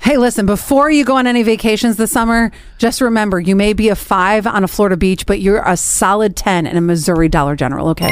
Hey, listen, before you go on any vacations this summer, just remember you may be a five on a Florida beach, but you're a solid 10 in a Missouri Dollar General, okay?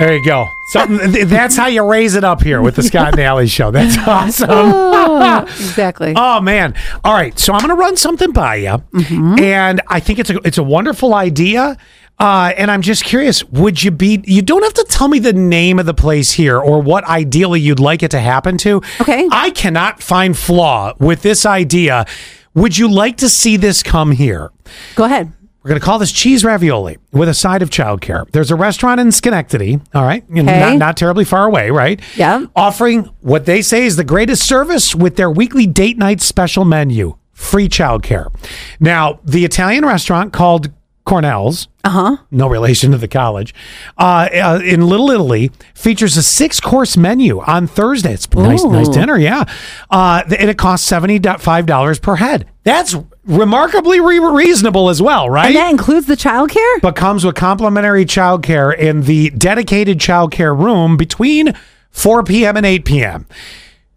There you go. Something th- that's how you raise it up here with the Scott and Alley show. That's awesome. exactly. Oh man! All right, so I'm going to run something by you, and I think it's a it's a wonderful idea. Uh, and I'm just curious: Would you be? You don't have to tell me the name of the place here or what ideally you'd like it to happen to. Okay. I cannot find flaw with this idea. Would you like to see this come here? Go ahead. We're going to call this cheese ravioli with a side of childcare. There's a restaurant in Schenectady, all right? You know, Okay. Not, not terribly far away, right? Yeah. Offering what they say is the greatest service with their weekly date night special menu free childcare. Now, the Italian restaurant called Cornell's, uh-huh. no relation to the college, uh, uh, in Little Italy features a six course menu on Thursday. It's nice, nice Ooh. dinner, yeah. Uh, th- and it costs $75 per head. That's remarkably re- reasonable as well, right? And that includes the childcare? but comes with complimentary childcare in the dedicated childcare room between 4 p.m. and 8 p.m.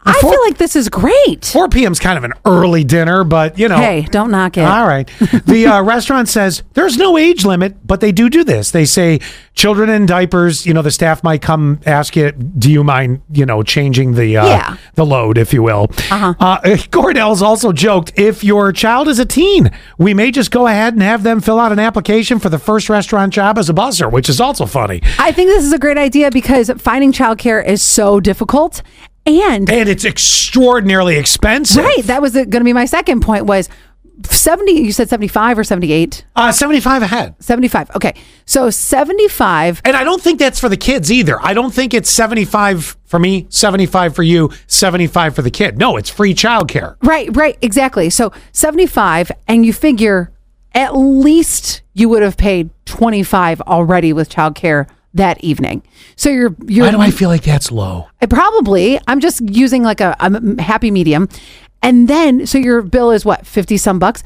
I Four- feel like this is great. 4 p.m. is kind of an early dinner, but you know. Hey, don't knock it. All right. The uh, restaurant says there's no age limit, but they do do this. They say children in diapers. You know, the staff might come ask you, "Do you mind, you know, changing the uh, Yeah. the load, if you will?" Uh-huh. Uh, Cordell's also joked, "If your child is a teen, we may just go ahead and have them fill out an application for the first restaurant job as a busser," which is also funny. I think this is a great idea because finding childcare is so difficult. And And it's extraordinarily expensive. right, that was going to be my second point was 70 you said 75 or 78? Uh, Seventy-five ahead. 75. Okay. So 75 And I don't think that's for the kids either. I don't think it's 75 for me, 75 for you, 75 for the kid. No, it's free childcare. Right, right, exactly. So 75 and you figure at least you would have paid 25 already with childcare that evening. So you're you're Why do I feel like that's low? probably I'm just using like a, a happy medium. And then so your bill is what, 50 some bucks?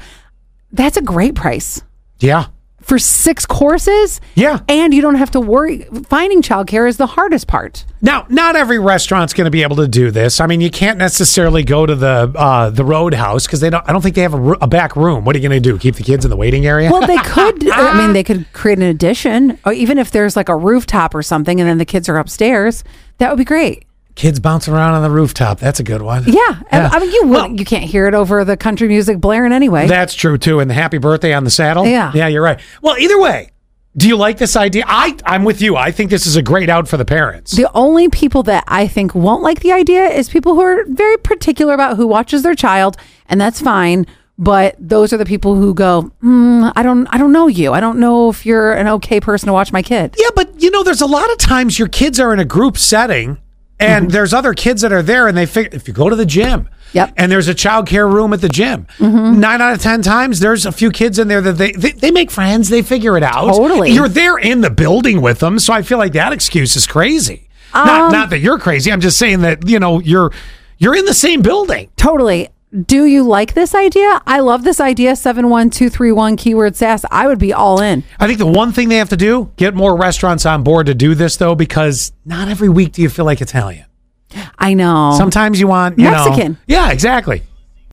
That's a great price Yeah. for six courses. Yeah. And you don't have to worry finding childcare is the hardest part. Now, not every restaurant's going to be able to do this. I mean, you can't necessarily go to the uh, the Roadhouse because they don't. I don't think they have a, ro- a back room. What are you going to do? Keep the kids in the waiting area? Well, they could. I mean, they could create an addition, or even if there's like a rooftop or something, and then the kids are upstairs. That would be great. kids bouncing around on the rooftop. That's a good one. Yeah, I- I mean, you would. Well- you can't hear it over the country music blaring anyway. That's true too. And the happy birthday on the saddle. Yeah. Yeah, you're right. Well, either way, do you like this idea? I I'm with you. I think this is a great out for the parents. the only people that I think won't like the idea is people who are very particular about who watches their child, and that's fine. But those are the people who go, mm, I don't, I don't know you. I don't know if you're an okay person to watch my kid. Yeah, but you know, there's a lot of times your kids are in a group setting and there's other kids that are there and they figure if you go to the gym Mm-hmm. Yep. Mm-hmm. and there's a child care room at the gym, nine out of 10 times there's a few kids in there that they, they, they make friends, they figure it out. Totally. You're there in the building with them. So I feel like that excuse is crazy. Um, not, not that you're crazy. I'm just saying that, you know, you're, you're in the same building. Totally. Do you like this idea? I love this idea. 71231 keyword sass. I would be all in. I think the one thing they have to do, get more restaurants on board to do this though, because not every week do you feel like Italian. I know. Sometimes you want you know- Mexican. yeah, exactly.